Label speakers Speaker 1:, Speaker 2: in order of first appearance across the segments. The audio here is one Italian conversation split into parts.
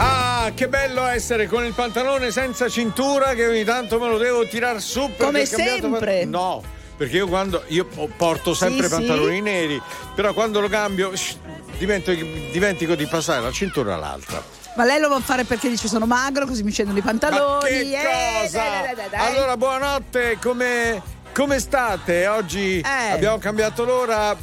Speaker 1: Ah, che bello essere con il pantalone senza cintura che ogni tanto me lo devo tirar su perché
Speaker 2: Come
Speaker 1: ho cambiato
Speaker 2: sempre.
Speaker 1: pan- No, perché io quando io porto sempre
Speaker 2: Sì, sì.
Speaker 1: pantaloni neri, però quando lo cambio shh, divento- dimentico di passare la cintura all'altra.
Speaker 2: Ma lei lo vuole fare perché dice sono magro, così mi scendono i
Speaker 1: Ma
Speaker 2: pantaloni.
Speaker 1: che
Speaker 2: eh,
Speaker 1: cosa?
Speaker 2: dai, dai, dai, dai.
Speaker 1: Allora, buonanotte, come, come state? Oggi
Speaker 2: Eh.
Speaker 1: abbiamo cambiato l'ora.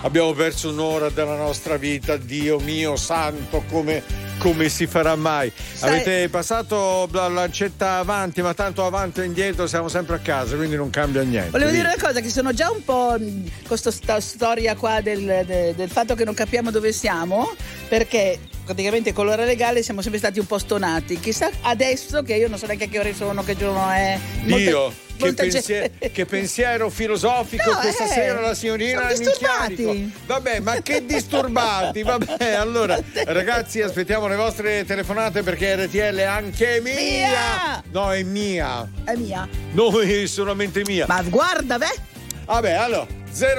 Speaker 1: Abbiamo perso un'ora della nostra vita, Dio mio santo, come, come si farà mai?
Speaker 2: Sai-
Speaker 1: Avete passato la lancetta avanti, ma tanto avanti e indietro siamo sempre a casa, quindi non cambia niente.
Speaker 2: Volevo
Speaker 1: Dì.
Speaker 2: dire una cosa, che sono già un po' mh, con questa storia qua del, de- del fatto che non capiamo dove siamo, perché praticamente con l'ora legale siamo sempre stati un po' stonati. Chissà adesso che io non so neanche che ore sono, che giorno è. Molta-
Speaker 1: Dio, che,
Speaker 2: molta
Speaker 1: pensier-
Speaker 2: gente-
Speaker 1: che pensiero filosofico
Speaker 2: No,
Speaker 1: questa
Speaker 2: eh,
Speaker 1: sera la signorina
Speaker 2: sono disturbati.
Speaker 1: Minchiari fa. Vabbè, ma che disturbati? Vabbè, allora ragazzi, aspettiamo le vostre telefonate perché RTL è anche mia.
Speaker 2: Mia!
Speaker 1: No, è mia.
Speaker 2: È mia.
Speaker 1: Noi solamente mia.
Speaker 2: Ma guarda, beh,
Speaker 1: Vabbè, allora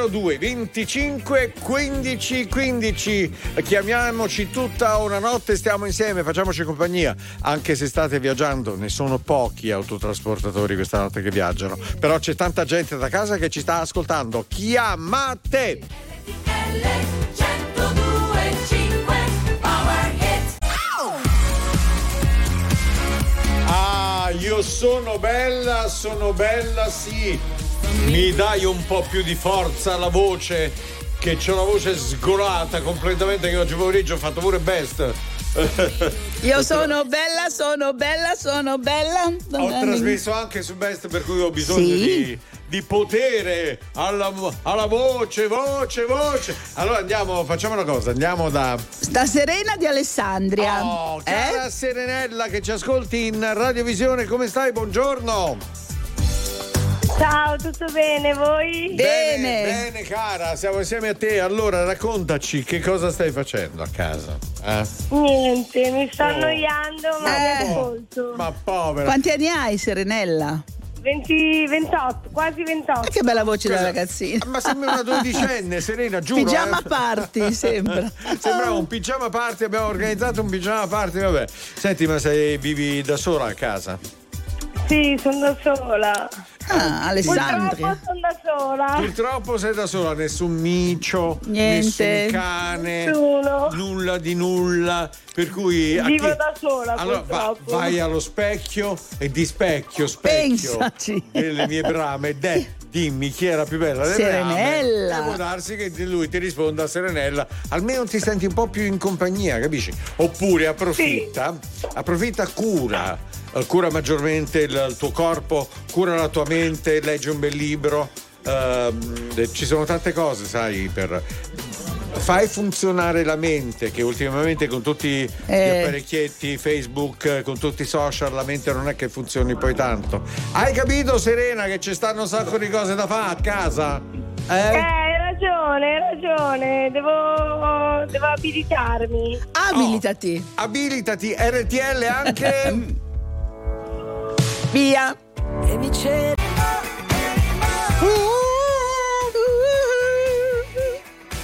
Speaker 1: 02 25 15 15 chiamiamoci tutta una notte, stiamo insieme, facciamoci compagnia. Anche se state viaggiando, ne sono pochi autotrasportatori questa notte che viaggiano, però c'è tanta gente da casa che ci sta ascoltando. Chiamate! Ah, io sono bella, sono bella, sì. Mi dai un po' più di forza alla voce, che c'ho la voce sgolata completamente, che oggi pomeriggio ho fatto pure best.
Speaker 2: io sono bella, sono bella, sono bella.
Speaker 1: Ho trasmesso anche su Best per cui ho bisogno
Speaker 2: Sì.
Speaker 1: di, di potere alla, alla voce, voce, voce. Allora andiamo, facciamo una cosa, andiamo da
Speaker 2: Da Serena di Alessandria.
Speaker 1: Oh, cara
Speaker 2: eh?
Speaker 1: Serenella che ci ascolti in radiovisione, come stai? Buongiorno.
Speaker 3: Ciao, tutto bene voi?
Speaker 2: Bene.
Speaker 1: bene, cara, siamo insieme a te. Allora raccontaci che cosa stai facendo a casa. eh?
Speaker 3: Niente, mi sto
Speaker 1: Oh.
Speaker 3: annoiando, ma
Speaker 2: Eh.
Speaker 3: mi ascolto.
Speaker 1: Ma povera.
Speaker 2: Quanti anni hai, Serenella?
Speaker 3: 20, 28, quasi
Speaker 2: Ma
Speaker 3: 28.
Speaker 2: che bella voce da
Speaker 1: Cosa-
Speaker 2: ragazzina.
Speaker 1: Cioè, Ma sembra una dodicenne, Serena, giuro.
Speaker 2: Pigiama
Speaker 1: eh.
Speaker 2: party, sembra.
Speaker 1: Sembrava un pigiama party, abbiamo organizzato un pigiama party, vabbè. Senti, ma sei, vivi da sola a casa?
Speaker 3: Sì, sono da sola.
Speaker 2: Ah,
Speaker 3: Purtroppo
Speaker 2: Alessandria.
Speaker 3: sono da sola.
Speaker 1: Purtroppo sei da sola, nessun micio,
Speaker 2: Niente.
Speaker 1: nessun cane,
Speaker 3: Nessuno.
Speaker 1: nulla di nulla. Per cui a
Speaker 3: Vivo
Speaker 1: chi-
Speaker 3: da sola,
Speaker 1: Allora va-
Speaker 3: purtroppo.
Speaker 1: vai allo specchio e di specchio, specchio
Speaker 2: Pensaci.
Speaker 1: delle mie brame. De, dimmi chi era più bella delle
Speaker 2: Serenella.
Speaker 1: brame. Può darsi che lui ti risponda Serenella, almeno ti senti un po' più in compagnia, capisci? Oppure approfitta, approfitta cura. eh, Cura maggiormente il, il tuo corpo, cura la tua mente, leggi un bel libro. ehm, eh, ci sono tante cose, sai, per. Fai funzionare la mente, che ultimamente con tutti gli
Speaker 2: Eh.
Speaker 1: apparecchietti, Facebook, eh, con tutti i social, la mente non è che funzioni poi tanto. Hai capito, Serena, che ci stanno un sacco di cose da fare a casa?
Speaker 3: Eh,
Speaker 1: Eh?
Speaker 3: hai ragione, hai ragione. Devo, devo abilitarmi.
Speaker 2: Abilitati.
Speaker 1: Abilitati, RTL anche.
Speaker 2: Via.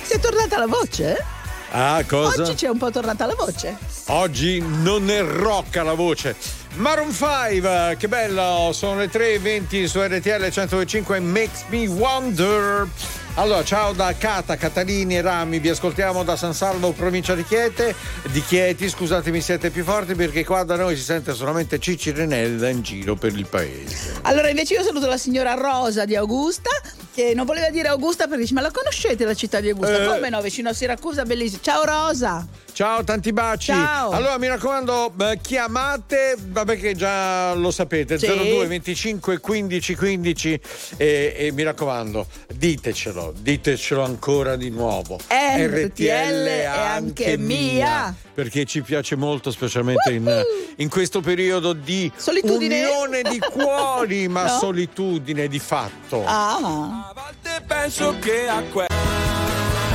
Speaker 2: Si è tornata la voce?
Speaker 1: ah,
Speaker 2: Oggi c'è un po' tornata la voce.
Speaker 1: Oggi non è rocca la voce. Maroon 5, che bello, sono le 3.20 su RTL 125 Makes Me Wonder. Allora, ciao da Cata, Catalini e Rami, vi ascoltiamo da San Salvo, provincia di Chieti. Di Chieti, scusatemi, siete più forti perché qua da noi si sente solamente Cici Renella in giro per il paese.
Speaker 2: Allora, invece io saluto la signora Rosa di Augusta, che non voleva dire Augusta perché dice, ma la conoscete la città di Augusta?
Speaker 1: Eh.
Speaker 2: Come no? Vicino a Siracusa, bellissima. Ciao Rosa.
Speaker 1: Ciao, tanti baci.
Speaker 2: Ciao.
Speaker 1: Allora, mi raccomando, eh, chiamate, vabbè che già lo sapete,
Speaker 2: Sì.
Speaker 1: 02 25 15 15 e, e mi raccomando, ditecelo, ditecelo ancora di nuovo.
Speaker 2: RTL
Speaker 1: è
Speaker 2: è anche mia.
Speaker 1: Perché ci piace molto, specialmente in,
Speaker 2: Woohoo.
Speaker 1: in questo periodo di
Speaker 2: Solitudine.
Speaker 1: unione di cuori, ma
Speaker 2: No?
Speaker 1: solitudine di fatto.
Speaker 2: Ah.
Speaker 4: A volte penso che a questo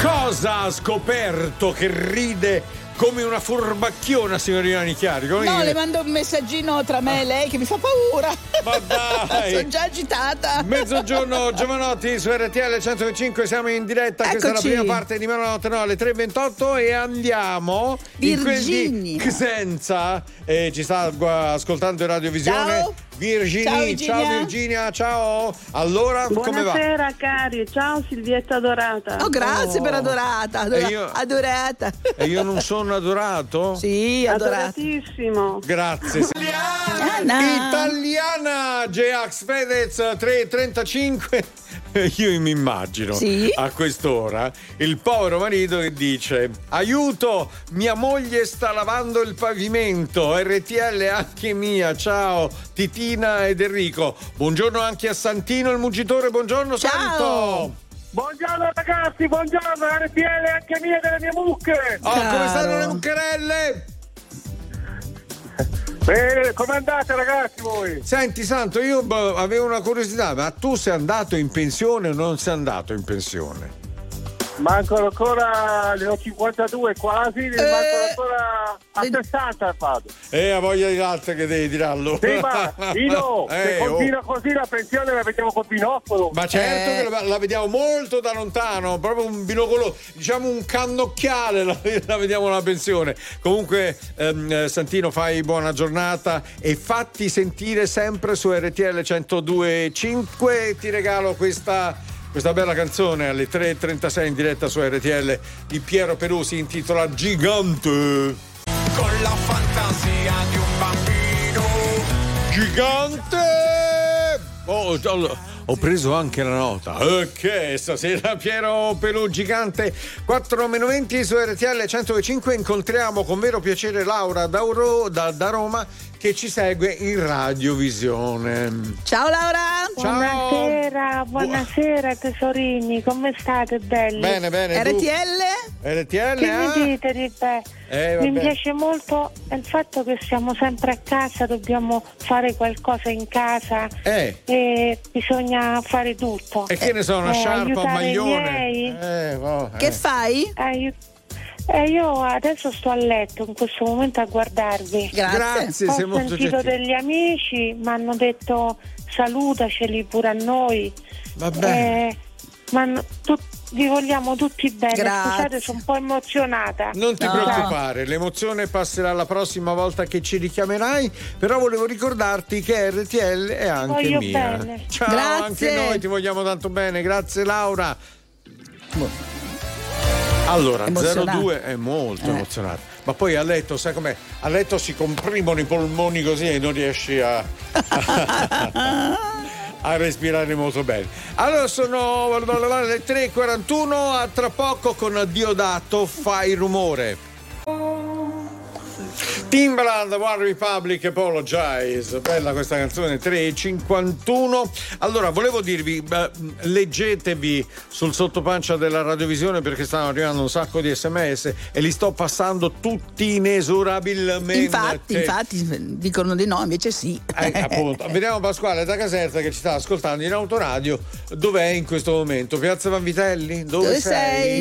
Speaker 1: Cosa ha scoperto che ride come una furbacchiona, signorina Nicchiari. come
Speaker 2: No,
Speaker 1: dire?
Speaker 2: le mando un messaggino tra me e lei che mi fa paura.
Speaker 1: Ma dai!
Speaker 2: Sono già agitata.
Speaker 1: Mezzogiorno Giovanotti su RTL 105, siamo in diretta, questa è la
Speaker 2: Eccoci.
Speaker 1: prima parte di Melanotto no, alle 3.28 e andiamo in quel di
Speaker 2: Virginia.
Speaker 1: Xenza e ci sta gu- ascoltando in radiovisione
Speaker 2: Ciao.
Speaker 1: Virginia,
Speaker 2: Ciao,
Speaker 1: ciao,
Speaker 2: Virginia.
Speaker 1: Virginia, ciao. Allora, come va?
Speaker 5: Buonasera cari, ciao Silvietta Dorata.
Speaker 2: Oh, grazie
Speaker 1: Oh.
Speaker 2: per adorata.
Speaker 1: E io- Eh.
Speaker 2: adora- Adorata.
Speaker 1: E io non sono adorato?
Speaker 2: Sì, adorata.
Speaker 5: Adoratissimo.
Speaker 1: Grazie.
Speaker 2: Anna.
Speaker 1: Italiana Geax Fedez 335. Io mi immagino
Speaker 2: Sì.
Speaker 1: a quest'ora il povero marito che dice: Aiuto, mia moglie sta lavando il pavimento. RTL anche mia. Ciao Titina ed Enrico. Buongiorno anche a Santino il mugitore. Buongiorno
Speaker 2: Ciao.
Speaker 1: Santo.
Speaker 6: Buongiorno ragazzi, buongiorno RTL anche mia delle mie mucche.
Speaker 1: Oh, come
Speaker 2: Caro.
Speaker 1: stanno le muccherelle?
Speaker 6: Bene, come andate ragazzi voi?
Speaker 1: Senti Santo, io boh, avevo una curiosità, ma tu sei andato in pensione o non sei andato in pensione?
Speaker 6: Mancano ancora le ho 52 quasi, ne
Speaker 2: Eh,
Speaker 6: mancano ancora a
Speaker 2: le-
Speaker 6: 60 vado.
Speaker 1: Eh, ha voglia di latte che devi tirarlo.
Speaker 6: Sì, ma Dino, se
Speaker 1: Eh, oh.
Speaker 6: continua così la pensione la vediamo col binocolo.
Speaker 1: Ma certo
Speaker 2: Eh.
Speaker 1: che la, la vediamo molto da lontano, proprio un binocolo, diciamo un cannocchiale, la, la vediamo la pensione. Comunque, ehm, eh, Santino, fai buona giornata e fatti sentire sempre su RTL 102.5. Ti regalo questa, questa bella canzone alle 3.36 in diretta su RTL di Piero Perù, si intitola Gigante.
Speaker 3: con la fantasia di un bambino.
Speaker 1: Gigante! Oh, ho, ho preso anche la nota. Ok, stasera Piero Pelù Gigante 4 meno 20 su RTL 105 incontriamo con vero piacere Laura da, Uro- da- da Roma che ci segue in radiovisione.
Speaker 2: Ciao Laura.
Speaker 1: Ciao.
Speaker 5: Buonasera, buonasera tesorini, come state belli?
Speaker 1: Bene, bene. tu?
Speaker 2: RTL?
Speaker 1: RTL?
Speaker 5: Che mi
Speaker 1: eh?
Speaker 5: dite di te?
Speaker 1: Eh,
Speaker 5: mi
Speaker 1: vabbè.
Speaker 5: piace molto il fatto che siamo sempre a casa, dobbiamo fare qualcosa in casa
Speaker 1: Eh.
Speaker 5: e bisogna fare tutto.
Speaker 1: E che ne so, una
Speaker 5: Eh,
Speaker 1: sciarpa, un
Speaker 5: aiutare
Speaker 1: maglione?
Speaker 5: i miei.
Speaker 1: Eh, oh, eh.
Speaker 2: Che fai?
Speaker 5: Ai- eh, io adesso sto a letto in questo momento a guardarvi.
Speaker 2: Grazie.
Speaker 1: Grazie, sei
Speaker 5: Ho
Speaker 1: molto
Speaker 5: sentito
Speaker 1: gentile.
Speaker 5: degli amici, mi hanno detto salutaceli pure a noi.
Speaker 1: Va bene.
Speaker 5: Eh, ma no- tu- vi vogliamo tutti bene.
Speaker 2: Grazie.
Speaker 5: Scusate, sono un po' emozionata.
Speaker 1: Non ti
Speaker 2: No.
Speaker 1: preoccupare, l'emozione passerà la prossima volta che ci richiamerai, però volevo ricordarti che RTL è anche
Speaker 5: voglio
Speaker 1: mia.
Speaker 5: bene.
Speaker 1: Ciao,
Speaker 2: Grazie.
Speaker 1: anche noi ti vogliamo tanto bene, grazie Laura. Allora,
Speaker 2: Emozionata.
Speaker 1: 02 è molto
Speaker 2: Eh.
Speaker 1: emozionata, ma poi a letto, sai com'è? A letto si comprimono i polmoni così e non riesci a... a respirare molto bene. Allora sono le 3.41, a tra poco con Diodato fai rumore. Timbaland One Republic Apologize, bella questa canzone 351. Allora, volevo dirvi, beh, leggetevi sul sottopancia della radiovisione perché stanno arrivando un sacco di sms e li sto passando tutti inesorabilmente.
Speaker 2: Infatti, infatti, dicono di no, invece sì.
Speaker 1: Eh, appunto. Vediamo Pasquale da Caserta che ci sta ascoltando in autoradio. Dov'è in questo momento? Piazza Vanvitelli? Dove,
Speaker 2: Dove
Speaker 1: sei?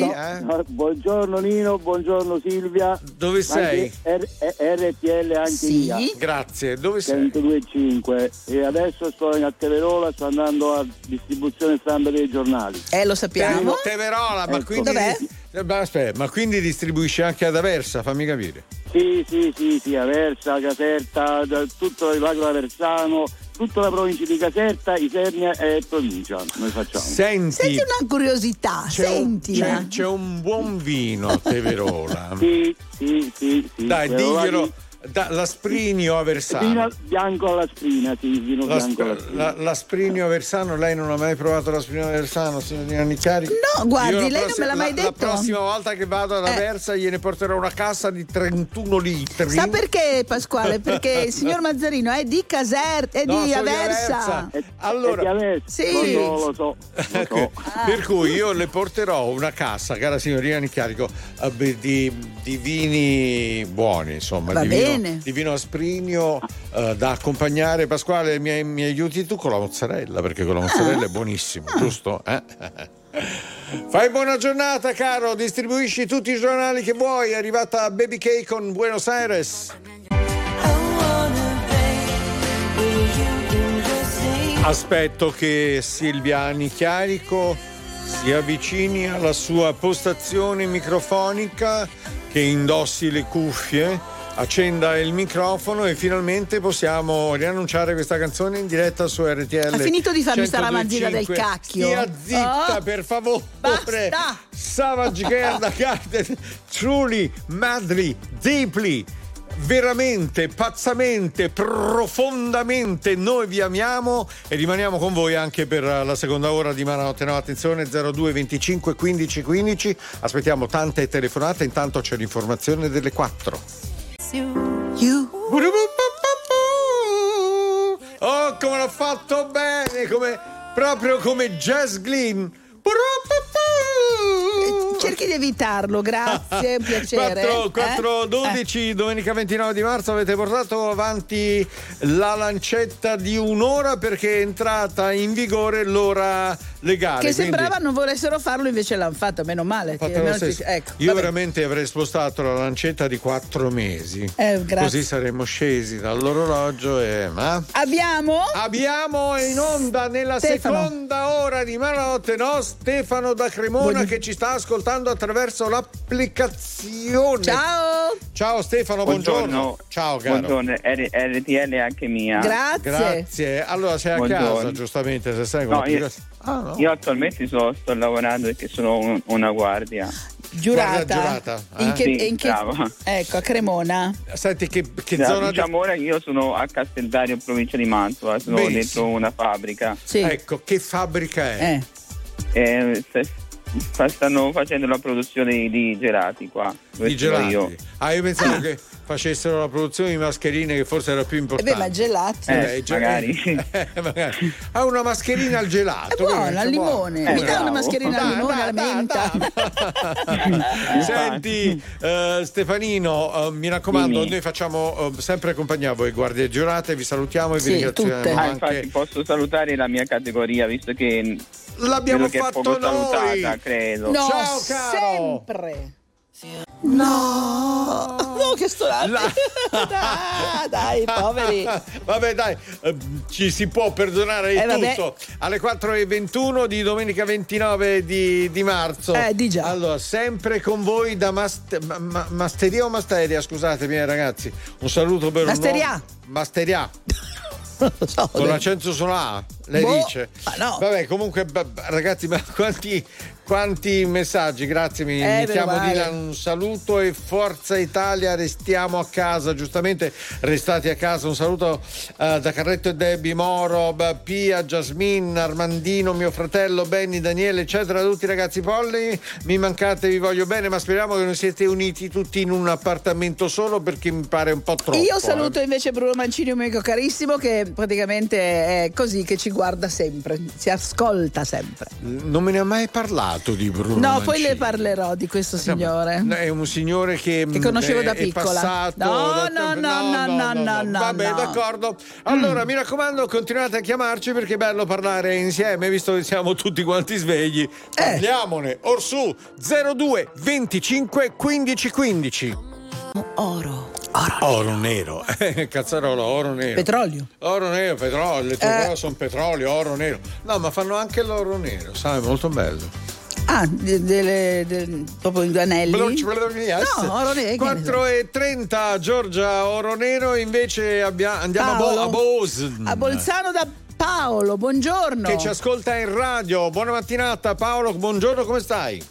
Speaker 2: sei?
Speaker 1: Eh?
Speaker 7: No, Buongiorno Nino, buongiorno Silvia.
Speaker 1: Dove sei?
Speaker 7: Anche R- RTL anche
Speaker 2: Sì.
Speaker 7: io.
Speaker 1: Grazie, dove sei?
Speaker 7: 102.5 e adesso sto in a Teverola, sto andando a distribuzione stampa dei giornali.
Speaker 2: Eh, lo
Speaker 1: Te-
Speaker 2: sappiamo.
Speaker 1: Teverola, ma
Speaker 7: Ecco.
Speaker 1: quindi.
Speaker 2: Dov'è?
Speaker 1: Eh, ma aspetta, ma quindi distribuisci anche ad Aversa, fammi capire.
Speaker 7: Sì, sì, sì, sì, Aversa, Caserta, da- tutto il lago Aversano, tutta la provincia di Caserta, Isernia e provincia. Noi facciamo.
Speaker 1: Senti,
Speaker 2: Senti una curiosità,
Speaker 1: c'è, un,
Speaker 2: senti.
Speaker 1: c'è, c'è un buon vino a Teverola.
Speaker 7: Sì, sì, sì, sì.
Speaker 1: Dai,
Speaker 7: Teverola
Speaker 1: diglielo.
Speaker 7: di-
Speaker 1: Da, la Sprinio Aversano.
Speaker 7: Vino bianco alla sprina, sì, vino
Speaker 1: La,
Speaker 7: bianco alla
Speaker 1: sp-
Speaker 7: sprina.
Speaker 1: la, la Sprinio Aversano, lei non ha mai provato la Sprinio Aversano, signorina Nicchiari?
Speaker 2: No, guardi,
Speaker 1: Io la
Speaker 2: lei non
Speaker 1: prossima-
Speaker 2: me l'ha mai
Speaker 1: la-
Speaker 2: detto.
Speaker 1: La prossima volta che vado ad
Speaker 2: Eh.
Speaker 1: Aversa gliene porterò una cassa di 31 litri.
Speaker 2: Sa perché Pasquale? Perché il signor Mazzarino è di Caserta, è
Speaker 1: No,
Speaker 2: di
Speaker 1: sono di
Speaker 2: Aversa.
Speaker 1: Aversa.
Speaker 7: È-
Speaker 1: Allora-
Speaker 7: è di Aversa,
Speaker 2: Sì.
Speaker 7: lo so, lo so, lo so.
Speaker 1: Ecco,
Speaker 2: Ah.
Speaker 1: Per cui io le porterò una cassa, cara signorina Nicchiarico, eh, beh, di, di vini buoni, insomma,
Speaker 2: Va
Speaker 1: di, Vino,
Speaker 2: bene.
Speaker 1: di vino asprinio eh, da accompagnare. Pasquale,
Speaker 2: Ah.
Speaker 1: mi, mi aiuti tu con la mozzarella, perché con la mozzarella è buonissimo, giusto? Eh? Fai buona giornata, caro. Distribuisci tutti i giornali che vuoi. È arrivata Baby Cake con Buenos Aires. Aspetto che Silviani Chiarico si avvicini alla sua postazione microfonica, che indossi le cuffie, accenda il microfono e finalmente possiamo riannunciare questa canzone in diretta su RTL.
Speaker 2: Ha finito di farmi sta ramanzina
Speaker 1: 102.5.
Speaker 2: del cacchio.
Speaker 1: Stia zitta,
Speaker 2: Oh,
Speaker 1: per favore.
Speaker 2: basta.
Speaker 1: Savage Gerda Carter, truly, madly, deeply, veramente, pazzamente, profondamente noi vi amiamo e rimaniamo con voi anche per eh, la seconda ora di Mananotte No, attenzione 02 25 15 15 aspettiamo tante telefonate intanto c'è l'informazione delle 4 Oh, come l'ha fatto bene, come, proprio come Jazz Glynn.
Speaker 2: eh, Cerchi di evitarlo, grazie, è un piacere.
Speaker 1: 4,
Speaker 2: Eh?
Speaker 1: 12, domenica 29 di marzo avete portato avanti la lancetta di un'ora perché è entrata in vigore l'ora legale.
Speaker 2: Che
Speaker 1: quindi-
Speaker 2: sembrava non volessero farlo, invece l'hanno fatto, meno male.
Speaker 1: Fate
Speaker 2: almeno
Speaker 1: lo stesso.
Speaker 2: ci- ecco,
Speaker 1: Io
Speaker 2: vabbè.
Speaker 1: veramente avrei spostato la lancetta di 4 mesi.
Speaker 2: Eh, grazie.
Speaker 1: Così saremmo scesi dall'orologio e. Ma...
Speaker 2: Abbiamo
Speaker 1: Ah, Abbiamo in onda nella
Speaker 2: Stefano.
Speaker 1: seconda ora di Manotte, no? Stefano da Cremona
Speaker 2: Buon-
Speaker 1: che ci sta ascoltando attraverso l'applicazione.
Speaker 2: Ciao!
Speaker 1: Ciao Stefano, buongiorno. Ciao caro.
Speaker 8: Buongiorno, R- RTL è anche mia.
Speaker 2: Grazie.
Speaker 1: Grazie. Allora sei a
Speaker 8: Buongiorno.
Speaker 1: casa, giustamente, se sai come
Speaker 8: No,
Speaker 1: ti
Speaker 8: io,
Speaker 1: rilassi- Ah, no.
Speaker 8: io attualmente so- sto lavorando perché sono un- una guardia.
Speaker 2: Giurata.
Speaker 1: Guarda, giurata, eh?
Speaker 2: In che,
Speaker 8: Sì,
Speaker 2: in che-
Speaker 8: brava.
Speaker 2: Ecco, a Cremona.
Speaker 1: Senti che, che
Speaker 8: Già,
Speaker 1: zona di-
Speaker 8: diciamo ora che io sono a Casteldario, in provincia di Mantua, sono
Speaker 1: Benissimo.
Speaker 8: dentro una fabbrica.
Speaker 2: Sì.
Speaker 1: Ecco, che fabbrica è?
Speaker 2: Eh.
Speaker 8: E st- fa- stanno facendo la produzione di, di gelati qua. dove
Speaker 1: Di
Speaker 8: sono
Speaker 1: gelati.
Speaker 8: Io.
Speaker 1: Ah, io pensavo che facessero la produzione di mascherine che forse era più
Speaker 2: E
Speaker 1: importante.
Speaker 2: Eh beh, ma gelati.
Speaker 8: Eh,
Speaker 1: Vabbè, già-
Speaker 8: magari.
Speaker 1: Eh, magari. Ha una mascherina al gelato.
Speaker 2: È buona,
Speaker 1: quindi,
Speaker 2: al
Speaker 1: cioè,
Speaker 2: limone.
Speaker 8: Eh,
Speaker 2: Mi dà
Speaker 8: bravo.
Speaker 2: una mascherina al
Speaker 1: Dai,
Speaker 2: limone,
Speaker 1: dai,
Speaker 2: alla
Speaker 1: dai,
Speaker 2: menta.
Speaker 1: dai. Senti, eh, Stefanino, eh, mi raccomando,
Speaker 8: Dimmi.
Speaker 1: noi facciamo eh, sempre compagnia a voi, guardie giurate, vi salutiamo e
Speaker 2: Sì,
Speaker 1: vi ringraziamo
Speaker 2: tutte.
Speaker 8: Ah,
Speaker 1: anche.
Speaker 8: infatti posso salutare la mia categoria visto che
Speaker 1: L'abbiamo
Speaker 8: vedo che è
Speaker 1: fatto
Speaker 8: poco
Speaker 1: noi.
Speaker 8: salutata, credo.
Speaker 2: No,
Speaker 1: Ciao, caro.
Speaker 2: sempre. No, no, che stonate. dai, dai, poveri.
Speaker 1: Vabbè, dai, eh, ci si può perdonare di
Speaker 2: Eh, vabbè.
Speaker 1: tutto. Alle 4.21 di domenica 29 di, di marzo.
Speaker 2: Eh, di già.
Speaker 1: Allora, sempre con voi da Mast- ma- ma- Masteria o Masteria? Scusatemi, eh, ragazzi. Un saluto per
Speaker 2: Masteria.
Speaker 1: un uomo- Masteria.
Speaker 2: Non lo so.
Speaker 1: Con l'accento sulla A, lei
Speaker 2: Boh,
Speaker 1: dice.
Speaker 2: ma no.
Speaker 1: Vabbè, comunque, b- b- ragazzi, ma quanti, quanti messaggi, grazie, mi,
Speaker 2: Eh,
Speaker 1: mi
Speaker 2: meno
Speaker 1: chiamo
Speaker 2: male.
Speaker 1: Dylan, un saluto e forza Italia, restiamo a casa, giustamente restati a casa, un saluto eh, da Carretto e Debbie, Moro, b- Pia, Jasmine, Armandino, mio fratello, Benny, Daniele, eccetera, tutti i ragazzi polli, mi mancate, vi voglio bene, ma speriamo che non siete uniti tutti in un appartamento solo perché mi pare un po' troppo.
Speaker 2: Io
Speaker 1: eh.
Speaker 2: saluto invece Bruno Mancini, un mio amico carissimo, che praticamente è così, che ci guarda sempre, ci ascolta sempre.
Speaker 1: Non me ne ha mai parlato di Bruno.
Speaker 2: No, poi
Speaker 1: Mancini.
Speaker 2: le parlerò di questo
Speaker 1: No,
Speaker 2: signore.
Speaker 1: ma- È un signore che,
Speaker 2: Che conoscevo
Speaker 1: mh,
Speaker 2: da
Speaker 1: è- è
Speaker 2: piccola.
Speaker 1: passato
Speaker 2: No,
Speaker 1: da-
Speaker 2: no, no, no, no, no,
Speaker 1: Vabbè,
Speaker 2: no.
Speaker 1: d'accordo. Allora, mi raccomando, continuate a chiamarci perché è bello parlare insieme, visto che siamo tutti quanti svegli.
Speaker 2: Eh.
Speaker 1: Parliamone. Orsù 02 25 15 15.
Speaker 2: Oro.
Speaker 1: Oro nero. Cazzarola, oro nero.
Speaker 2: Petrolio.
Speaker 1: Oro nero, petrolio, le
Speaker 2: Eh.
Speaker 1: tue cose sono petrolio, oro nero. No, ma fanno anche l'oro nero, sai, molto bello.
Speaker 2: Ah, de- delle, de- proprio i due anelli.
Speaker 1: Veloci, veloci, yes.
Speaker 2: No, oro nero, che ne so.
Speaker 1: 4 e 30 Giorgia Oronero invece abbia- andiamo a, Bo-
Speaker 2: Paolo.
Speaker 1: a Bosen
Speaker 2: A Bolzano da Paolo, buongiorno.
Speaker 1: che ci ascolta in radio buona mattinata Paolo buongiorno come stai?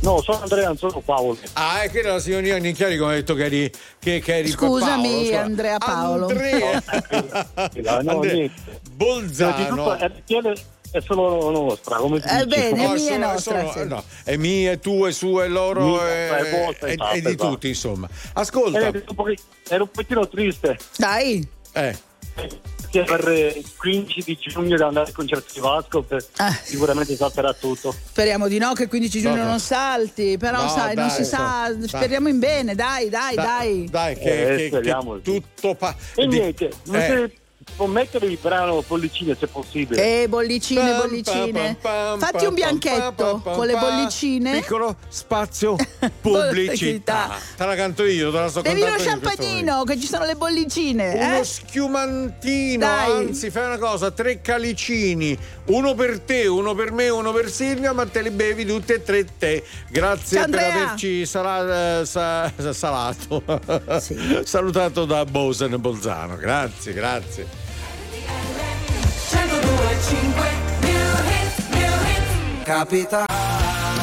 Speaker 7: No, sono Andrea, non sono Paolo.
Speaker 1: Ah, è che era la signorina Nicchiari come ha detto che eri, che, che eri con
Speaker 2: Scusami,
Speaker 1: Paolo, scusa.
Speaker 2: Andrea Paolo.
Speaker 1: Andrea,
Speaker 7: No,
Speaker 1: Andrea
Speaker 7: niente.
Speaker 1: Bolzano
Speaker 7: Innanzitutto RTL eh, è solo nostra, come si
Speaker 2: Eh,
Speaker 7: dice.
Speaker 2: bene.
Speaker 1: No,
Speaker 2: È mia e
Speaker 1: sono-
Speaker 2: nostra,
Speaker 1: sono-
Speaker 2: sì.
Speaker 1: no, è mia, è tua, è sua, è loro
Speaker 7: Mia,
Speaker 1: è,
Speaker 7: è vostra,
Speaker 1: è-
Speaker 7: esatto,
Speaker 1: è di
Speaker 7: esatto.
Speaker 1: tutti insomma ascolta
Speaker 7: Era Eh, un pochi- ero un pochino triste
Speaker 2: Dai.
Speaker 1: eh.
Speaker 7: perché per eh, il 15 di giugno da andare al concerto di Vasco per-
Speaker 2: Ah.
Speaker 7: sicuramente salterà tutto.
Speaker 2: Speriamo di no, che il 15 giugno
Speaker 1: No, no.
Speaker 2: non salti, però
Speaker 1: No,
Speaker 2: sai, non
Speaker 1: dai,
Speaker 2: si sa,
Speaker 1: dai.
Speaker 2: speriamo in bene, dai, dai,
Speaker 1: Da-
Speaker 2: dai.
Speaker 1: Dai, che,
Speaker 7: Eh,
Speaker 1: che- che
Speaker 7: speriamo, sì.
Speaker 1: tutto pa-
Speaker 7: E
Speaker 1: di-
Speaker 7: niente, non
Speaker 1: eh,
Speaker 7: si- può mettere il brano Pollicine se possibile?
Speaker 9: Eh, bollicine, bollicine. Fatti un bianchetto con le bollicine.
Speaker 1: Piccolo spazio pubblicità. Te la canto io, te la sto
Speaker 9: Bevi lo eh?
Speaker 1: cantando io in questo momento.
Speaker 9: champagnino, che ci sono le bollicine.
Speaker 1: Uno
Speaker 9: eh?
Speaker 1: schiumantino,
Speaker 9: Dai.
Speaker 1: anzi fai una cosa, tre calicini, uno per te, uno per me, uno per Silvia, ma te li bevi tutti e tre te. Grazie
Speaker 9: Ciao,
Speaker 1: per
Speaker 9: Andrea.
Speaker 1: averci sala- eh, sa- salato,
Speaker 9: Sì.
Speaker 1: salutato da Bosen Bolzano, grazie, grazie.
Speaker 10: 1025 New Hits, New Hits.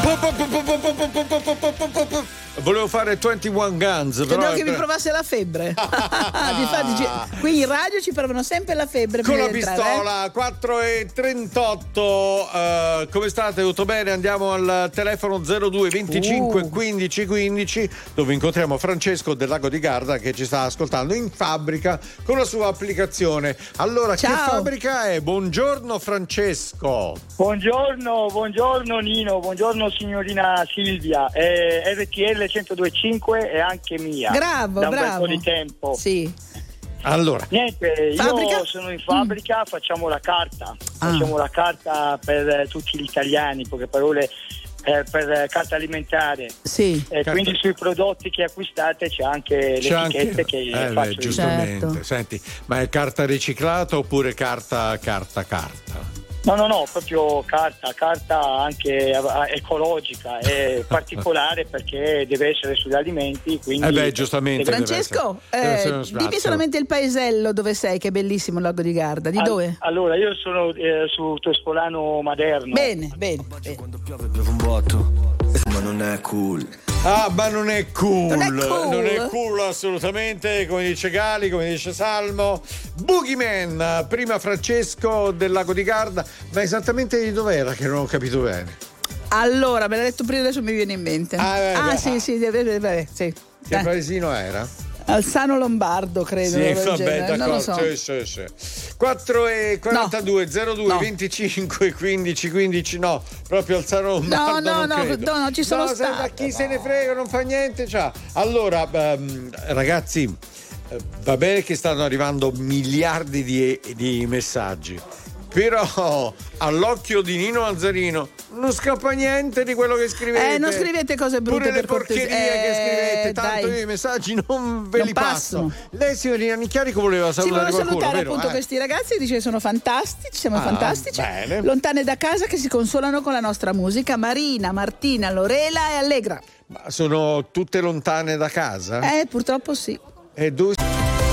Speaker 1: Po- po- po- po- po- po- po- po- po- po- po- po- po- Volevo fare 21 Guns,
Speaker 2: Se
Speaker 1: però
Speaker 2: no che mi provasse la febbre. Difatti, ci- qui in radio ci provano sempre la febbre.
Speaker 1: Con
Speaker 2: prima
Speaker 1: la
Speaker 2: di entrare, eh.
Speaker 1: pistola 4 e 38, eh, come state? Tutto bene? Andiamo al telefono 02 25
Speaker 2: Uh.
Speaker 1: 15 15 dove incontriamo Francesco del Lago di Garda che ci sta ascoltando in fabbrica con la sua applicazione. Allora, che
Speaker 2: Ciao.
Speaker 1: fabbrica è? Buongiorno Francesco.
Speaker 11: Buongiorno, buongiorno Nino, buongiorno signorina Silvia, eh, RTL 102.5 è anche mia.
Speaker 2: Bravo,
Speaker 11: da un bel
Speaker 2: bravo.
Speaker 11: po' di tempo.
Speaker 2: Sì.
Speaker 1: Allora,
Speaker 11: Niente,
Speaker 2: Fabbrica? Mm.
Speaker 11: io sono in fabbrica, facciamo la carta,
Speaker 2: Ah.
Speaker 11: facciamo la carta per eh, tutti gli italiani, in poche parole, eh, per eh, carta alimentare.
Speaker 2: Sì.
Speaker 11: Eh,
Speaker 1: Carta-
Speaker 11: quindi sui prodotti che acquistate c'è anche le
Speaker 1: c'è
Speaker 11: etichette
Speaker 1: anche
Speaker 11: che
Speaker 1: Eh, beh,
Speaker 11: faccio io.
Speaker 1: giustamente.
Speaker 9: Certo.
Speaker 1: Senti, ma è carta riciclata oppure carta carta carta?
Speaker 11: No, no, no, proprio carta, carta anche eh, ecologica, è particolare perché deve essere sugli alimenti, quindi...
Speaker 1: Eh beh, giustamente. deve
Speaker 2: Francesco,
Speaker 1: essere- deve
Speaker 2: eh,
Speaker 1: essere uno
Speaker 2: dimmi
Speaker 1: spazio.
Speaker 2: solamente il paesello dove sei, che è bellissimo il lago di Garda. Di
Speaker 11: Al-
Speaker 2: dove?
Speaker 11: allora, io sono eh, su Toscolano Maderno.
Speaker 2: Bene, bene. bene.
Speaker 1: Ah, ma non è cool.
Speaker 2: Non è cool.
Speaker 1: Non è cool assolutamente, come dice Gali, come dice Salmo. Boogeyman, prima Francesco del Lago di Garda, ma esattamente di dov'era che non ho capito bene.
Speaker 2: Allora, me l'ha detto prima, adesso mi viene in mente.
Speaker 1: Ah, beh, beh,
Speaker 2: sì,
Speaker 1: ah.
Speaker 2: sì, vabbè, vabbè, vabbè, sì.
Speaker 1: Che
Speaker 2: Eh,
Speaker 1: paesino era?
Speaker 2: Alzano Lombardo, credo. una roba del genere, non lo so.
Speaker 1: sì, sì, sì. 4 e 42 02
Speaker 2: No.
Speaker 1: 25 15 15 no, proprio alzare un
Speaker 2: No,
Speaker 1: bardo,
Speaker 2: no,
Speaker 1: non
Speaker 2: no,
Speaker 1: credo.
Speaker 2: no, no, ci sono
Speaker 1: se-
Speaker 2: stata,
Speaker 1: ma chi
Speaker 2: no.
Speaker 1: se ne frega, non fa niente, ciao. Allora, ehm, ragazzi, eh, va bene che stanno arrivando miliardi di, di messaggi. Però all'occhio di Nino Manzarino non scappa niente di quello che scrivete.
Speaker 2: Eh, non scrivete cose brutte
Speaker 1: Pure le
Speaker 2: per cortesia.
Speaker 1: porcherie che scrivete,
Speaker 2: Eh,
Speaker 1: tanto
Speaker 2: dai.
Speaker 1: io i messaggi non ve
Speaker 2: Non
Speaker 1: li passo.
Speaker 2: passano.
Speaker 1: Lei, signorina Nicchiarico, voleva
Speaker 2: Sì,
Speaker 1: salutare
Speaker 2: volevo
Speaker 1: qualcuno,
Speaker 2: salutare
Speaker 1: vero?
Speaker 2: appunto
Speaker 1: Eh.
Speaker 2: questi ragazzi, dice che sono fantastici, siamo
Speaker 1: Ah,
Speaker 2: fantastici,
Speaker 1: bene.
Speaker 2: lontane da casa che si consolano con la nostra musica, Marina, Martina, Lorela e Allegra.
Speaker 1: Ma sono tutte lontane da casa?
Speaker 2: Eh, purtroppo sì.
Speaker 1: E dove...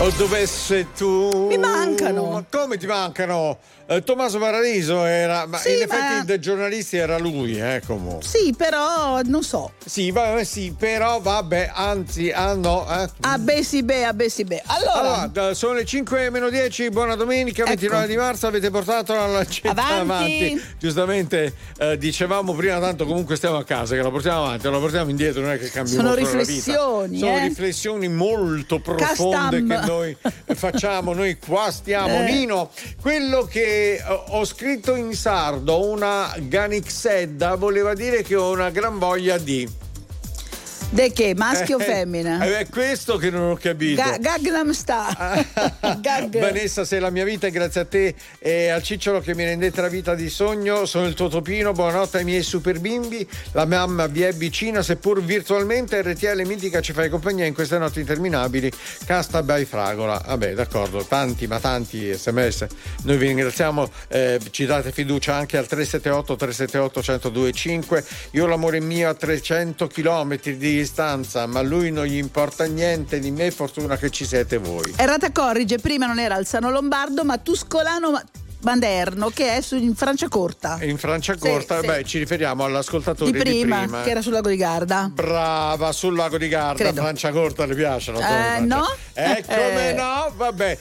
Speaker 1: O dovesse tu...
Speaker 2: Mi mancano.
Speaker 1: Ma come ti mancano? Eh, Tommaso Paradiso era... Ma
Speaker 2: Sì,
Speaker 1: in
Speaker 2: ma-
Speaker 1: effetti dei giornalisti era lui, eh, comunque.
Speaker 2: Sì, però non so.
Speaker 1: Sì, va- sì, però vabbè, anzi, ah no, eh.
Speaker 2: Ah, beh, sì, beh, ah, beh, sì, beh. Allora,
Speaker 1: Allora, da- sono le 5 meno 10, buona domenica,
Speaker 2: Ecco.
Speaker 1: 29 di marzo, avete portato la lancetta
Speaker 2: Avanti.
Speaker 1: avanti. Giustamente eh, dicevamo prima tanto comunque stiamo a casa, che la portiamo avanti, non la portiamo indietro, non è che cambia
Speaker 2: Sono
Speaker 1: molto la vita.
Speaker 2: riflessioni,
Speaker 1: Sono
Speaker 2: eh.
Speaker 1: riflessioni molto profonde
Speaker 2: Castam.
Speaker 1: che noi facciamo, noi qua stiamo.
Speaker 2: Eh.
Speaker 1: Nino, quello che eh, ho scritto in sardo, una ganixedda, voleva dire che ho una gran voglia di...
Speaker 2: de che, maschio o
Speaker 1: Eh,
Speaker 2: femmina?
Speaker 1: eh, È questo che non ho capito.
Speaker 2: Ga- Gangnam Star. Gag.
Speaker 1: Ah. Vanessa, sei la mia vita, e grazie a te e al cicciolo che mi rendete la vita di sogno. Sono il tuo topino, buonanotte ai miei super bimbi. La mamma vi è vicina, seppur virtualmente. RTL Mitica ci fai compagnia in queste notti interminabili. Casta by Fragola. Vabbè, d'accordo, tanti, ma tanti sms. Noi vi ringraziamo, eh, ci date fiducia anche al 378-378-1025. Io l'amore mio a 300 km di distanza, ma a lui non gli importa niente di me, fortuna che ci siete voi.
Speaker 2: Errata corrige, prima non era Alzano Lombardo, ma Tuscolano Ma- Manderno, che è su- in Francia Corta.
Speaker 1: In Francia
Speaker 2: Sì,
Speaker 1: Corta,
Speaker 2: sì.
Speaker 1: beh, ci riferiamo all'ascoltatore
Speaker 2: Di
Speaker 1: di prima.
Speaker 2: prima, che era sul lago di Garda.
Speaker 1: Brava, sul lago di Garda,
Speaker 2: Credo.
Speaker 1: Francia Corta le piace la
Speaker 2: Eh,
Speaker 1: zona di Francia.
Speaker 2: no?
Speaker 1: Eh, come
Speaker 2: Eh.
Speaker 1: no? Vabbè,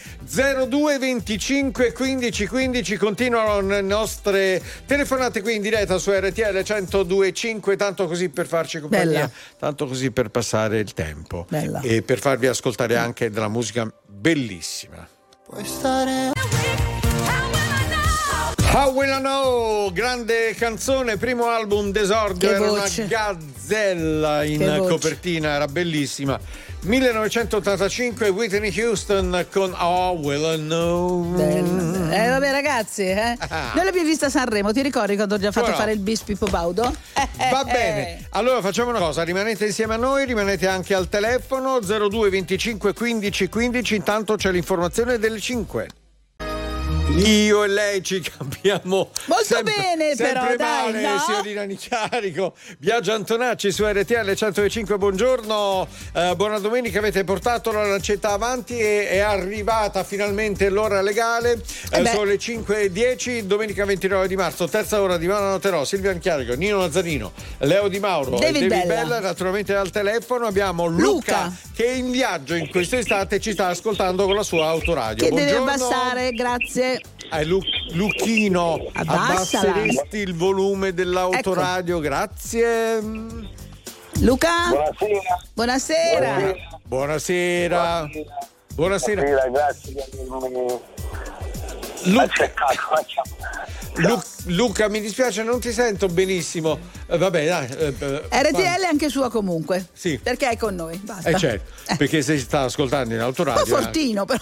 Speaker 1: 02 25 15 15 continuano le nostre telefonate qui in diretta su RTL 1025, tanto così per farci compagnia,
Speaker 2: Bella.
Speaker 1: tanto così per passare il tempo
Speaker 2: Bella.
Speaker 1: e per farvi ascoltare anche della musica bellissima.
Speaker 10: I wanna know.
Speaker 1: How Will I Know, grande canzone, primo album d'esordio,
Speaker 12: Che
Speaker 1: era
Speaker 12: voce.
Speaker 1: una gazzella
Speaker 12: Che
Speaker 1: in
Speaker 12: voce.
Speaker 1: copertina, era bellissima. 1985 Whitney Houston con How Will I Know.
Speaker 2: Eh vabbè ragazzi, eh.
Speaker 1: Mm. Ah.
Speaker 2: noi l'abbiamo vista a Sanremo, ti ricordi quando ho già fatto
Speaker 1: Come no?
Speaker 2: fare il bis Pippo Baudo? Eh,
Speaker 1: Va bene, allora facciamo una cosa, rimanete insieme a noi, rimanete anche al telefono 02 25 15 15, intanto c'è l'informazione delle 5. Io e lei ci cambiamo
Speaker 2: Molto
Speaker 1: sempre,
Speaker 2: bene, però,
Speaker 1: sempre
Speaker 2: dai,
Speaker 1: male,
Speaker 2: no?
Speaker 1: signorina Nicarico. Biagio Antonacci su RTL 105, buongiorno, eh, buona domenica, avete portato la lancetta avanti e è arrivata finalmente l'ora legale, eh,
Speaker 12: Eh beh.
Speaker 1: sono le 5.10, domenica 29 di marzo, terza ora di Mano Noterò, Silvia Anchiarico, Nino Lazzarino, Leo Di Mauro, e
Speaker 12: David
Speaker 1: David
Speaker 12: Bella.
Speaker 1: Bella, naturalmente al telefono abbiamo Luca, che è in viaggio in quest'estate e ci sta ascoltando con la sua autoradio.
Speaker 2: Che deve
Speaker 1: buongiorno.
Speaker 2: abbassare, grazie.
Speaker 1: Eh, Lu- Lucchino,
Speaker 2: Abbassala.
Speaker 1: abbasseresti il volume dell'autoradio, grazie.
Speaker 2: Luca?
Speaker 1: Buonasera.
Speaker 2: Buonasera.
Speaker 1: Buonasera. Buonasera.
Speaker 11: grazie di avermi
Speaker 1: Luca. Lu- Luca, mi dispiace, non ti sento benissimo. Eh, vabbè, dai. eh, eh,
Speaker 2: RTL è anche sua comunque.
Speaker 1: Sì.
Speaker 2: Perché è con noi, basta.
Speaker 1: Eh certo, eh. perché se si sta ascoltando
Speaker 2: Un
Speaker 1: in
Speaker 2: po'
Speaker 1: autoradio.
Speaker 2: fortino però.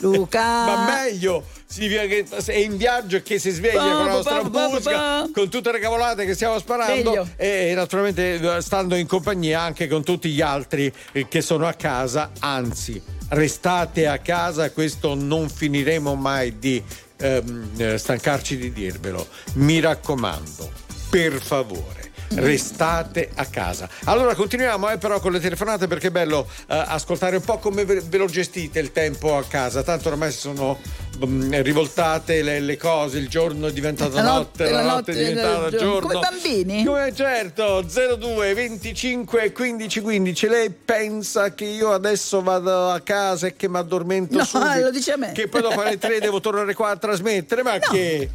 Speaker 1: Luca. ah, Ma meglio significa che è in viaggio e che si sveglia
Speaker 12: Pa,
Speaker 1: con la
Speaker 12: pa,
Speaker 1: nostra
Speaker 12: pa, pa,
Speaker 1: musica,
Speaker 12: pa.
Speaker 1: con tutte le cavolate che stiamo sparando
Speaker 12: Meglio.
Speaker 1: e, e naturalmente eh, stando in compagnia anche con tutti gli altri eh, che sono a casa, anzi restate a casa, questo non finiremo mai di ehm, eh, stancarci di dirvelo. Mi raccomando, per favore. Restate a casa. Allora continuiamo eh, però con le telefonate perché è bello eh, ascoltare un po' come ve, ve lo gestite il tempo a casa. Tanto ormai si sono mm, rivoltate le, le cose, il giorno è diventato notte, la, notte, è diventata
Speaker 2: del
Speaker 1: giorno.
Speaker 2: Come bambini?
Speaker 1: Come certo, 02 25 15 15. Lei pensa che io adesso vado a casa e che mi addormento
Speaker 2: No,
Speaker 1: subito?
Speaker 2: lo dice a me.
Speaker 1: Che poi dopo alle 3 devo tornare qua a trasmettere, ma che...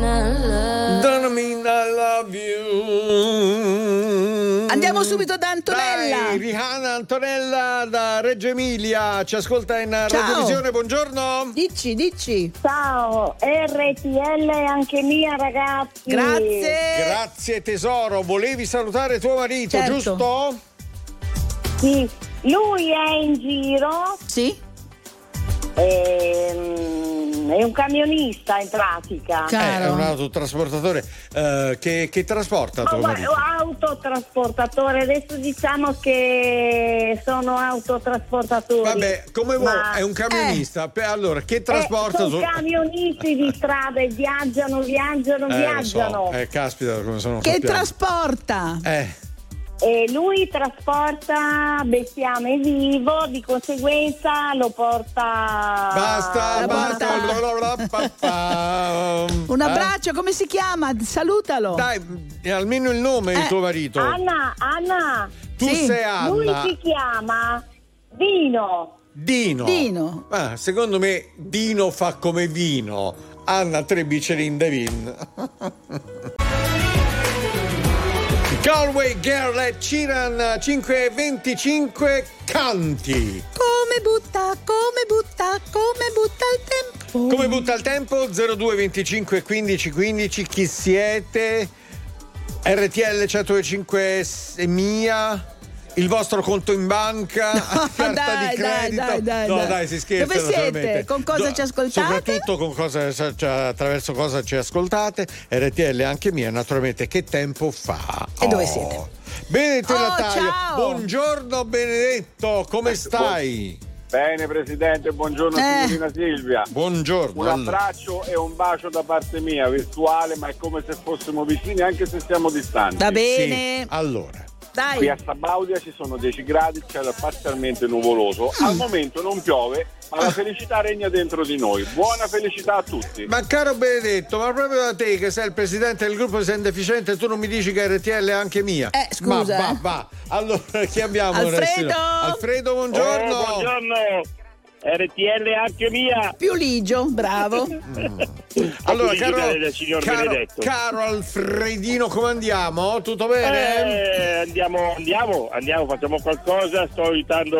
Speaker 1: Don't mean I love you.
Speaker 2: Andiamo subito da Antonella.
Speaker 1: Dai, Rihanna Antonella da Reggio Emilia ci ascolta in radiovisione. Buongiorno.
Speaker 2: Dici, dici.
Speaker 3: Ciao, RTL è anche mia ragazzi.
Speaker 1: Grazie tesoro. Volevi salutare tuo marito,
Speaker 3: Certo.
Speaker 1: giusto?
Speaker 3: Sì, lui è in giro.
Speaker 2: Sì.
Speaker 1: Eh,
Speaker 3: ehm, è un camionista in pratica.
Speaker 1: Eh, è un autotrasportatore eh, che, che trasporta
Speaker 3: Oh,
Speaker 1: tuo
Speaker 3: guarda,
Speaker 1: marito.
Speaker 3: autotrasportatore, adesso diciamo che sono autotrasportatore.
Speaker 1: Vabbè, come vuoi, è un camionista. Beh, allora, che trasporta
Speaker 3: eh. sono
Speaker 1: su-
Speaker 3: camionisti di strada e viaggiano, viaggiano,
Speaker 1: Eh, lo so.
Speaker 3: viaggiano.
Speaker 1: Eh, caspita, come sono
Speaker 3: Che
Speaker 1: sappiamo.
Speaker 2: trasporta?
Speaker 1: Eh,
Speaker 3: E lui trasporta bestiame vivo, di conseguenza lo porta.
Speaker 1: basta,
Speaker 3: lo
Speaker 1: basta.
Speaker 3: porta-
Speaker 1: bla, bla, bla, pa, pa.
Speaker 2: Un
Speaker 1: Eh?
Speaker 2: abbraccio, come si chiama? Salutalo.
Speaker 1: Dai, E almeno il nome di tuo marito.
Speaker 3: Anna, Anna.
Speaker 1: Tu Sì. sei Anna.
Speaker 3: Lui si chiama Dino.
Speaker 1: Dino.
Speaker 3: Dino.
Speaker 1: Ah, secondo me Dino fa come vino. Anna Trebicelin Devin. Galway Girl e Ciran 525 canti.
Speaker 2: Come butta, come butta, come butta il tempo.
Speaker 1: Come butta il tempo? 0225 15 15 chi siete? RTL 105 è mia. Il vostro conto in banca, carta
Speaker 2: dai,
Speaker 1: di
Speaker 2: dai,
Speaker 1: credito.
Speaker 2: dai, dai,
Speaker 1: no,
Speaker 2: dai.
Speaker 1: dai, si scherza.
Speaker 2: Dove siete?
Speaker 1: naturalmente.
Speaker 2: Con cosa ci ascoltate?
Speaker 1: Soprattutto con cosa, cioè, attraverso cosa ci ascoltate. RTL anche mia, naturalmente. Che tempo fa?
Speaker 2: E dove
Speaker 1: Oh.
Speaker 2: siete?
Speaker 1: Benedetto
Speaker 2: Oh,
Speaker 1: Lattaio.
Speaker 2: ciao.
Speaker 1: Buongiorno, Benedetto. Come stai?
Speaker 6: Bene Presidente, buongiorno
Speaker 1: Eh.
Speaker 6: signorina Silvia.
Speaker 1: Buongiorno.
Speaker 6: Un
Speaker 1: allora.
Speaker 6: abbraccio e un bacio da parte mia, virtuale, ma è come se fossimo vicini anche se siamo distanti.
Speaker 2: Va bene.
Speaker 1: Allora.
Speaker 2: Dai.
Speaker 6: Qui a Sabaudia ci sono 10 gradi, il cielo è parzialmente nuvoloso.
Speaker 2: Mm.
Speaker 6: Al momento non piove, ma
Speaker 2: Ah.
Speaker 6: la felicità regna dentro di noi. Buona felicità a tutti.
Speaker 1: Ma caro Benedetto, ma proprio da te che sei il presidente del gruppo Sei Deficiente, tu non mi dici che RTL è anche mia.
Speaker 6: Eh, scusa.
Speaker 1: Ma va, va. Allora, chi abbiamo?
Speaker 6: Alfredo!
Speaker 9: Eh,
Speaker 1: adesso? Alfredo, buongiorno.
Speaker 6: Oh, buongiorno.
Speaker 9: RTL Archio Mia.
Speaker 7: Più ligio, bravo.
Speaker 2: Eh,
Speaker 1: Allora,
Speaker 9: Quindi dai, dai,
Speaker 1: caro,
Speaker 9: signor
Speaker 1: caro,
Speaker 9: Benedetto.
Speaker 1: caro Alfredino, come andiamo? Tutto bene?
Speaker 9: Eh, andiamo, andiamo, andiamo, facciamo qualcosa. Sto aiutando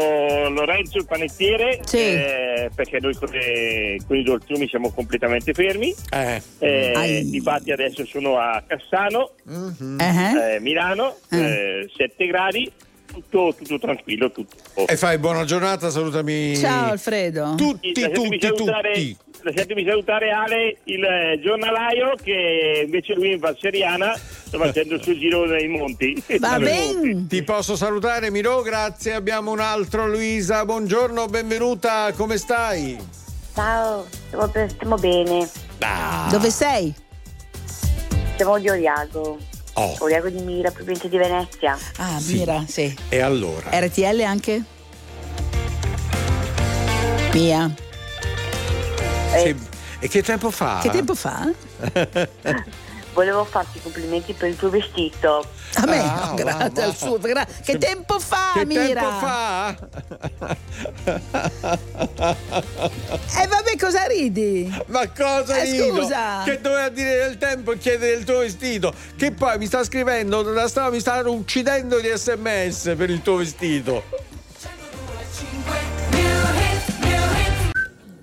Speaker 9: Lorenzo, il panettiere,
Speaker 7: Sì.
Speaker 9: eh, perché noi con, le- con i dolciumi siamo completamente fermi.
Speaker 1: Eh.
Speaker 9: Eh,
Speaker 7: Ai.
Speaker 9: difatti adesso sono a Cassano,
Speaker 7: Eh, eh.
Speaker 9: eh, Milano,
Speaker 7: Eh.
Speaker 9: eh, 7 gradi, tutto, tutto tranquillo, tutto.
Speaker 7: Eh,
Speaker 1: E fai buona giornata, salutami.
Speaker 7: Ciao Alfredo.
Speaker 1: Tutti,
Speaker 9: Lasciatemi
Speaker 1: tutti,
Speaker 9: salutare-
Speaker 1: tutti.
Speaker 9: Lasciatemi salutare Ale, il eh, giornalaio, che invece lui in Valseriana sta facendo il suo giro nei monti.
Speaker 7: Va bene.
Speaker 1: Ti posso salutare, Miro? Grazie. Abbiamo un altro, Luisa. Buongiorno, benvenuta. Come stai?
Speaker 3: Ciao, stiamo, be- stiamo bene.
Speaker 1: Ah.
Speaker 2: Dove sei?
Speaker 3: Siamo di Oriago.
Speaker 1: Oh.
Speaker 3: Oriago di Mira, provincia di Venezia.
Speaker 7: Ah, mira, sì.
Speaker 1: E allora?
Speaker 2: RTL anche? Mia.
Speaker 1: Che- E che tempo fa?
Speaker 2: Eh, Che tempo fa?
Speaker 3: Volevo farti i complimenti per il tuo vestito.
Speaker 2: A me,
Speaker 1: Ah,
Speaker 2: no,
Speaker 1: va,
Speaker 2: grazie
Speaker 1: va.
Speaker 2: al suo. gra- che tempo fa,
Speaker 1: Che
Speaker 2: Mira?
Speaker 1: tempo fa?
Speaker 2: E Eh, vabbè, cosa ridi?
Speaker 1: Ma cosa
Speaker 2: Eh,
Speaker 1: dico?
Speaker 2: scusa.
Speaker 1: Che doveva dire del tempo e chiedere il tuo vestito? Che poi mi sta scrivendo, la stava- mi stanno uccidendo gli sms per il tuo vestito.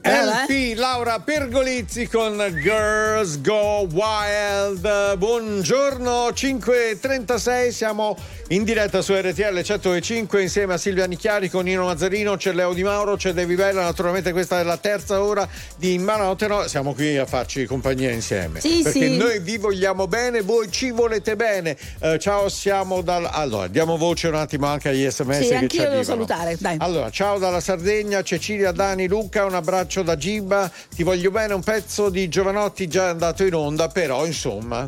Speaker 2: Eh,
Speaker 1: LP Laura Pergolizzi con Girls Go Wild. Buongiorno, 5.36, siamo in diretta su RTL 105 insieme a Silvia Nicchiari con Nino Mazzarino, c'è Leo Di Mauro, c'è Devi Bella, naturalmente questa è la terza ora di In Mano a Tenore. siamo qui a farci compagnia insieme.
Speaker 2: Sì,
Speaker 1: perché
Speaker 2: sì.
Speaker 1: noi vi vogliamo bene, voi ci volete bene. Eh, ciao, siamo dal... Allora, diamo voce un attimo anche agli sms
Speaker 2: Sì,
Speaker 1: che
Speaker 2: anch'io
Speaker 1: ci
Speaker 2: devo
Speaker 1: arrivano.
Speaker 2: salutare, dai.
Speaker 1: Allora, ciao dalla Sardegna, Cecilia, Dani, Luca, un abbraccio da Giba, ti voglio bene, un pezzo di Giovanotti già andato in onda, però insomma,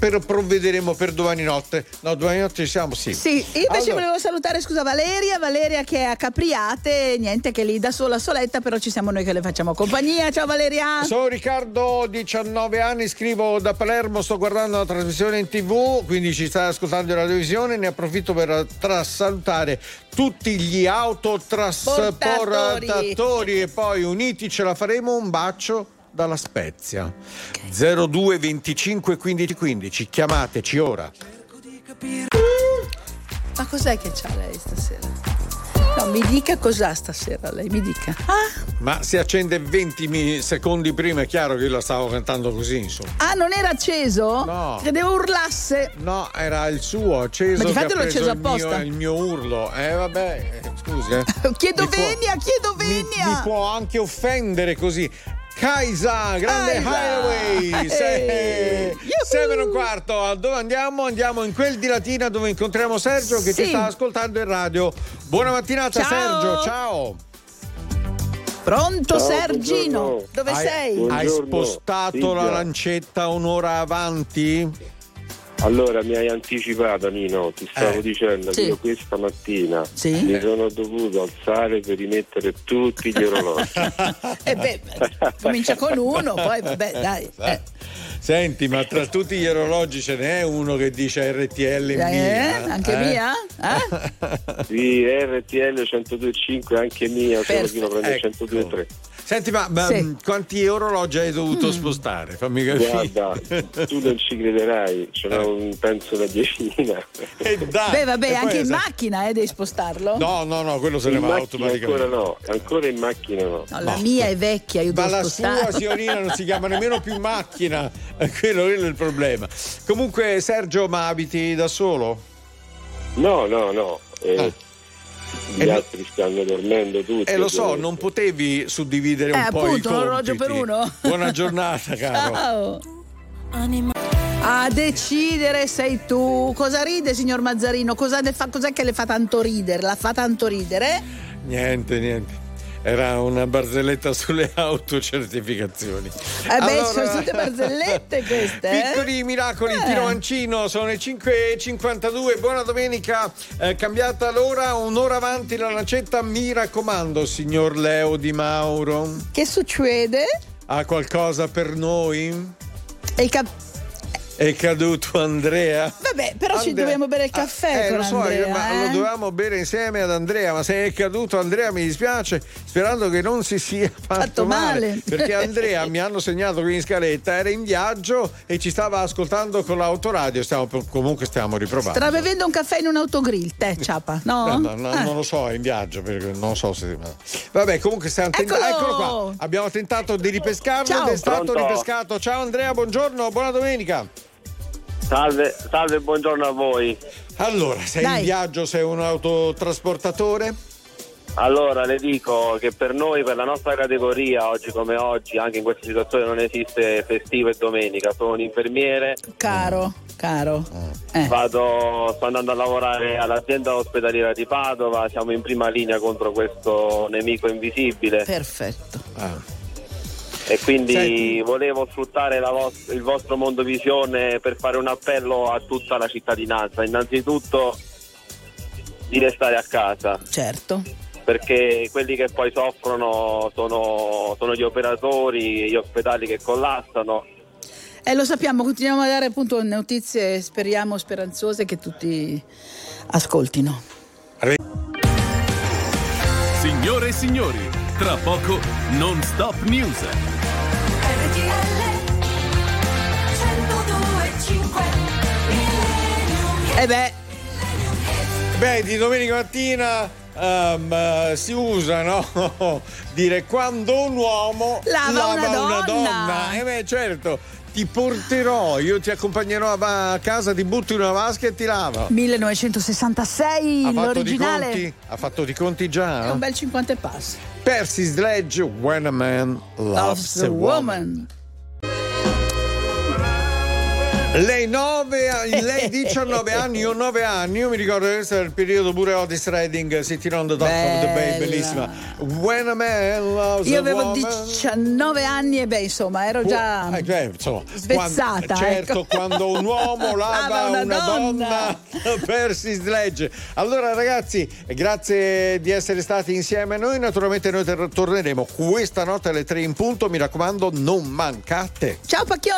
Speaker 1: per- provvederemo per domani notte. No, domani notte ci siamo, sì.
Speaker 2: Sì, io invece
Speaker 1: Allora-
Speaker 2: volevo salutare, scusa, Valeria, Valeria che è a Capriate, niente che è lì da sola soletta, però ci siamo noi che le facciamo compagnia. Ciao Valeria!
Speaker 1: Sono Riccardo, 19 anni, scrivo da Palermo, sto guardando la trasmissione in tv, quindi ci sta ascoltando la televisione, ne approfitto per tras- salutare tutti gli autotrasportatori e poi uniti ce la faremo un bacio dalla Spezia. 02 25 15 15, chiamateci ora.
Speaker 7: Ma cos'è che c'ha lei stasera? No, mi dica cos'ha stasera lei, mi dica. Ah,
Speaker 1: Ma si accende 20 mi- secondi prima, è chiaro che io la stavo cantando così, insomma.
Speaker 2: Ah, non era acceso?
Speaker 1: No.
Speaker 2: Credevo urlasse.
Speaker 1: No, era il suo acceso.
Speaker 2: Ma di
Speaker 1: che ha
Speaker 2: fatto l'ho
Speaker 1: preso
Speaker 2: acceso
Speaker 1: il mio-
Speaker 2: apposta.
Speaker 1: Il mio, urlo. Eh, vabbè, eh, scusi. Eh.
Speaker 2: Chiedo
Speaker 1: Mi può-
Speaker 2: venia, chiedo
Speaker 1: mi-
Speaker 2: venia.
Speaker 1: Mi, può anche offendere così. Kaisa, grande
Speaker 2: Kaisa.
Speaker 1: highway.
Speaker 2: Ehi.
Speaker 1: Se-
Speaker 2: Yuhu.
Speaker 1: Seven e un quarto. A Dove andiamo? Andiamo in quel di Latina dove incontriamo Sergio che
Speaker 2: Sì.
Speaker 1: ci sta ascoltando in radio. Buona mattinata,
Speaker 2: Ciao.
Speaker 1: Sergio. Ciao.
Speaker 2: Pronto
Speaker 6: Ciao,
Speaker 2: Sergino?
Speaker 6: buongiorno.
Speaker 2: Dove
Speaker 1: Hai-
Speaker 2: sei?
Speaker 6: Buongiorno,
Speaker 1: Hai spostato la
Speaker 6: Silvia.
Speaker 1: lancetta un'ora avanti?
Speaker 6: Allora mi hai anticipato Nino, ti stavo
Speaker 1: Eh.
Speaker 6: dicendo
Speaker 2: Sì.
Speaker 6: che io questa mattina
Speaker 2: Sì.
Speaker 6: mi sono dovuto alzare per rimettere tutti gli orologi.
Speaker 2: Eh beh, comincia con uno, poi vabbè, dai. Eh.
Speaker 1: Esatto. Senti, ma tra tutti gli orologi ce n'è uno che dice RTL
Speaker 2: Eh,
Speaker 1: mia.
Speaker 2: anche mia? Eh?
Speaker 6: Sì, RTL 102.5 anche mia, solo che
Speaker 2: Perfetto.
Speaker 6: lo prendo il
Speaker 1: Ecco.
Speaker 6: 102.3.
Speaker 1: Senti, ma, ma,
Speaker 2: Sì. Mm.
Speaker 1: mh, quanti orologi hai dovuto spostare? Fammi capire.
Speaker 6: Guarda, tu non ci crederai, ce n'ho un penso una diecina.
Speaker 1: E dai.
Speaker 2: Beh, vabbè,
Speaker 1: E poi
Speaker 2: anche in
Speaker 1: sa-
Speaker 2: macchina eh, devi spostarlo.
Speaker 1: No, no, no, quello se ne
Speaker 6: In
Speaker 1: va
Speaker 6: macchina ancora
Speaker 1: automaticamente.
Speaker 6: no, ancora in macchina no.
Speaker 2: No, la mia è vecchia, io
Speaker 1: Ma
Speaker 2: devo
Speaker 1: la
Speaker 2: spostarla.
Speaker 1: sua signorina non si chiama nemmeno più macchina, Eh, quello, quello è il problema. Comunque, Sergio, ma abiti da solo?
Speaker 6: No, no, no. eh,
Speaker 1: Ah.
Speaker 6: Gli
Speaker 1: Eh, no.
Speaker 6: altri stanno dormendo tutti.
Speaker 1: Eh lo so,
Speaker 6: ovviamente.
Speaker 1: non potevi suddividere un
Speaker 2: Eh,
Speaker 1: po' i
Speaker 2: appunto, un orologio
Speaker 1: compiti.
Speaker 2: per uno.
Speaker 1: Buona giornata, caro.
Speaker 2: Ciao. A decidere sei tu. Cosa ride, signor Mazzarino? Cosa ne fa- cos'è che le fa tanto ridere? La fa tanto ridere?
Speaker 1: Niente, niente. Era una barzelletta sulle autocertificazioni.
Speaker 2: Eh beh, sono tutte barzellette queste, eh?
Speaker 1: Piccoli miracoli,
Speaker 2: Eh.
Speaker 1: Tino Mancino, sono le 5.52, buona domenica, Eh, cambiata l'ora, un'ora avanti la lancetta, mi raccomando, signor Leo Di Mauro,
Speaker 2: Che succede?
Speaker 1: ha qualcosa per noi?
Speaker 2: E i cap-
Speaker 1: È caduto Andrea.
Speaker 2: Vabbè, però ci
Speaker 1: Andrea-
Speaker 2: dobbiamo bere il caffè
Speaker 1: Eh,
Speaker 2: con
Speaker 1: lo so,
Speaker 2: Andrea,
Speaker 1: ma
Speaker 2: eh.
Speaker 1: lo dovevamo bere insieme ad Andrea, ma se è caduto Andrea mi dispiace, sperando che non si sia fatto, male,
Speaker 2: male.
Speaker 1: Perché Andrea mi hanno segnato qui in scaletta, era in viaggio e ci stava ascoltando con l'autoradio, stiamo, comunque stiamo riprovando.
Speaker 2: Sta bevendo un caffè in un autogrill, te, ciapa, no?
Speaker 1: Eh, no, no,
Speaker 2: Ah.
Speaker 1: Non lo so, è in viaggio, perché non so se. ma- Vabbè, comunque stiamo tentando.
Speaker 2: Eccolo!
Speaker 1: Eccolo qua. Abbiamo tentato di ripescarlo
Speaker 2: Ciao.
Speaker 1: ed è stato
Speaker 12: Pronto?
Speaker 1: ripescato. Ciao Andrea, buongiorno, buona domenica.
Speaker 12: Salve, salve, buongiorno a voi.
Speaker 1: Allora, sei in viaggio, sei un autotrasportatore?
Speaker 12: Allora le dico che per noi, per la nostra categoria, oggi come oggi, anche in questa situazione non esiste festivo e domenica, sono un infermiere,
Speaker 2: Caro, caro.
Speaker 1: Mm.
Speaker 2: Eh,
Speaker 12: vado, sto andando a lavorare all'azienda ospedaliera di Padova, siamo in prima linea contro questo nemico invisibile.
Speaker 2: Perfetto.
Speaker 1: Ah.
Speaker 12: E quindi volevo sfruttare la vos- il vostro mondo visione per fare un appello a tutta la cittadinanza. Innanzitutto di restare a casa.
Speaker 2: Certo.
Speaker 12: Perché quelli che poi soffrono sono, sono gli operatori, gli ospedali che collassano.
Speaker 2: E lo sappiamo, continuiamo a dare appunto notizie, speriamo, speranzose che tutti ascoltino.
Speaker 13: Signore e signori, tra poco non stop news.
Speaker 2: E beh.
Speaker 1: Beh, di domenica mattina ehm, eh, si usa, no? Dire quando un uomo
Speaker 2: Lava una
Speaker 1: una
Speaker 2: donna.
Speaker 1: donna. Eh beh, certo, ti porterò, io ti accompagnerò a va- a casa, ti butto in una vasca e ti lavo.
Speaker 2: 1966,
Speaker 1: Ha fatto di
Speaker 2: l'originale.
Speaker 1: conti? Ha fatto di conti già?
Speaker 2: È un bel 50 e passa.
Speaker 1: Percy Sledge, When a Man Loves, a Woman. Lei 9, lei 19 anni, io 9 anni, io mi ricordo che questo era il periodo pure Otis Redding, Sitting on the Dock of the Bay,
Speaker 2: Bella.
Speaker 1: bellissima. When a man loves
Speaker 2: Io
Speaker 1: a
Speaker 2: avevo
Speaker 1: woman.
Speaker 2: 19 anni e beh, insomma, ero già
Speaker 1: Eh, cioè, insomma, quando-
Speaker 2: svezzata,
Speaker 1: certo,
Speaker 2: ecco.
Speaker 1: quando un uomo lava
Speaker 2: Lava
Speaker 1: una,
Speaker 2: una
Speaker 1: donna, Percy Sledge. Allora, ragazzi, grazie di essere stati insieme a noi. Naturalmente, noi ter- torneremo questa notte alle 3 in punto. Mi raccomando, non mancate.
Speaker 2: Ciao Pacchioni!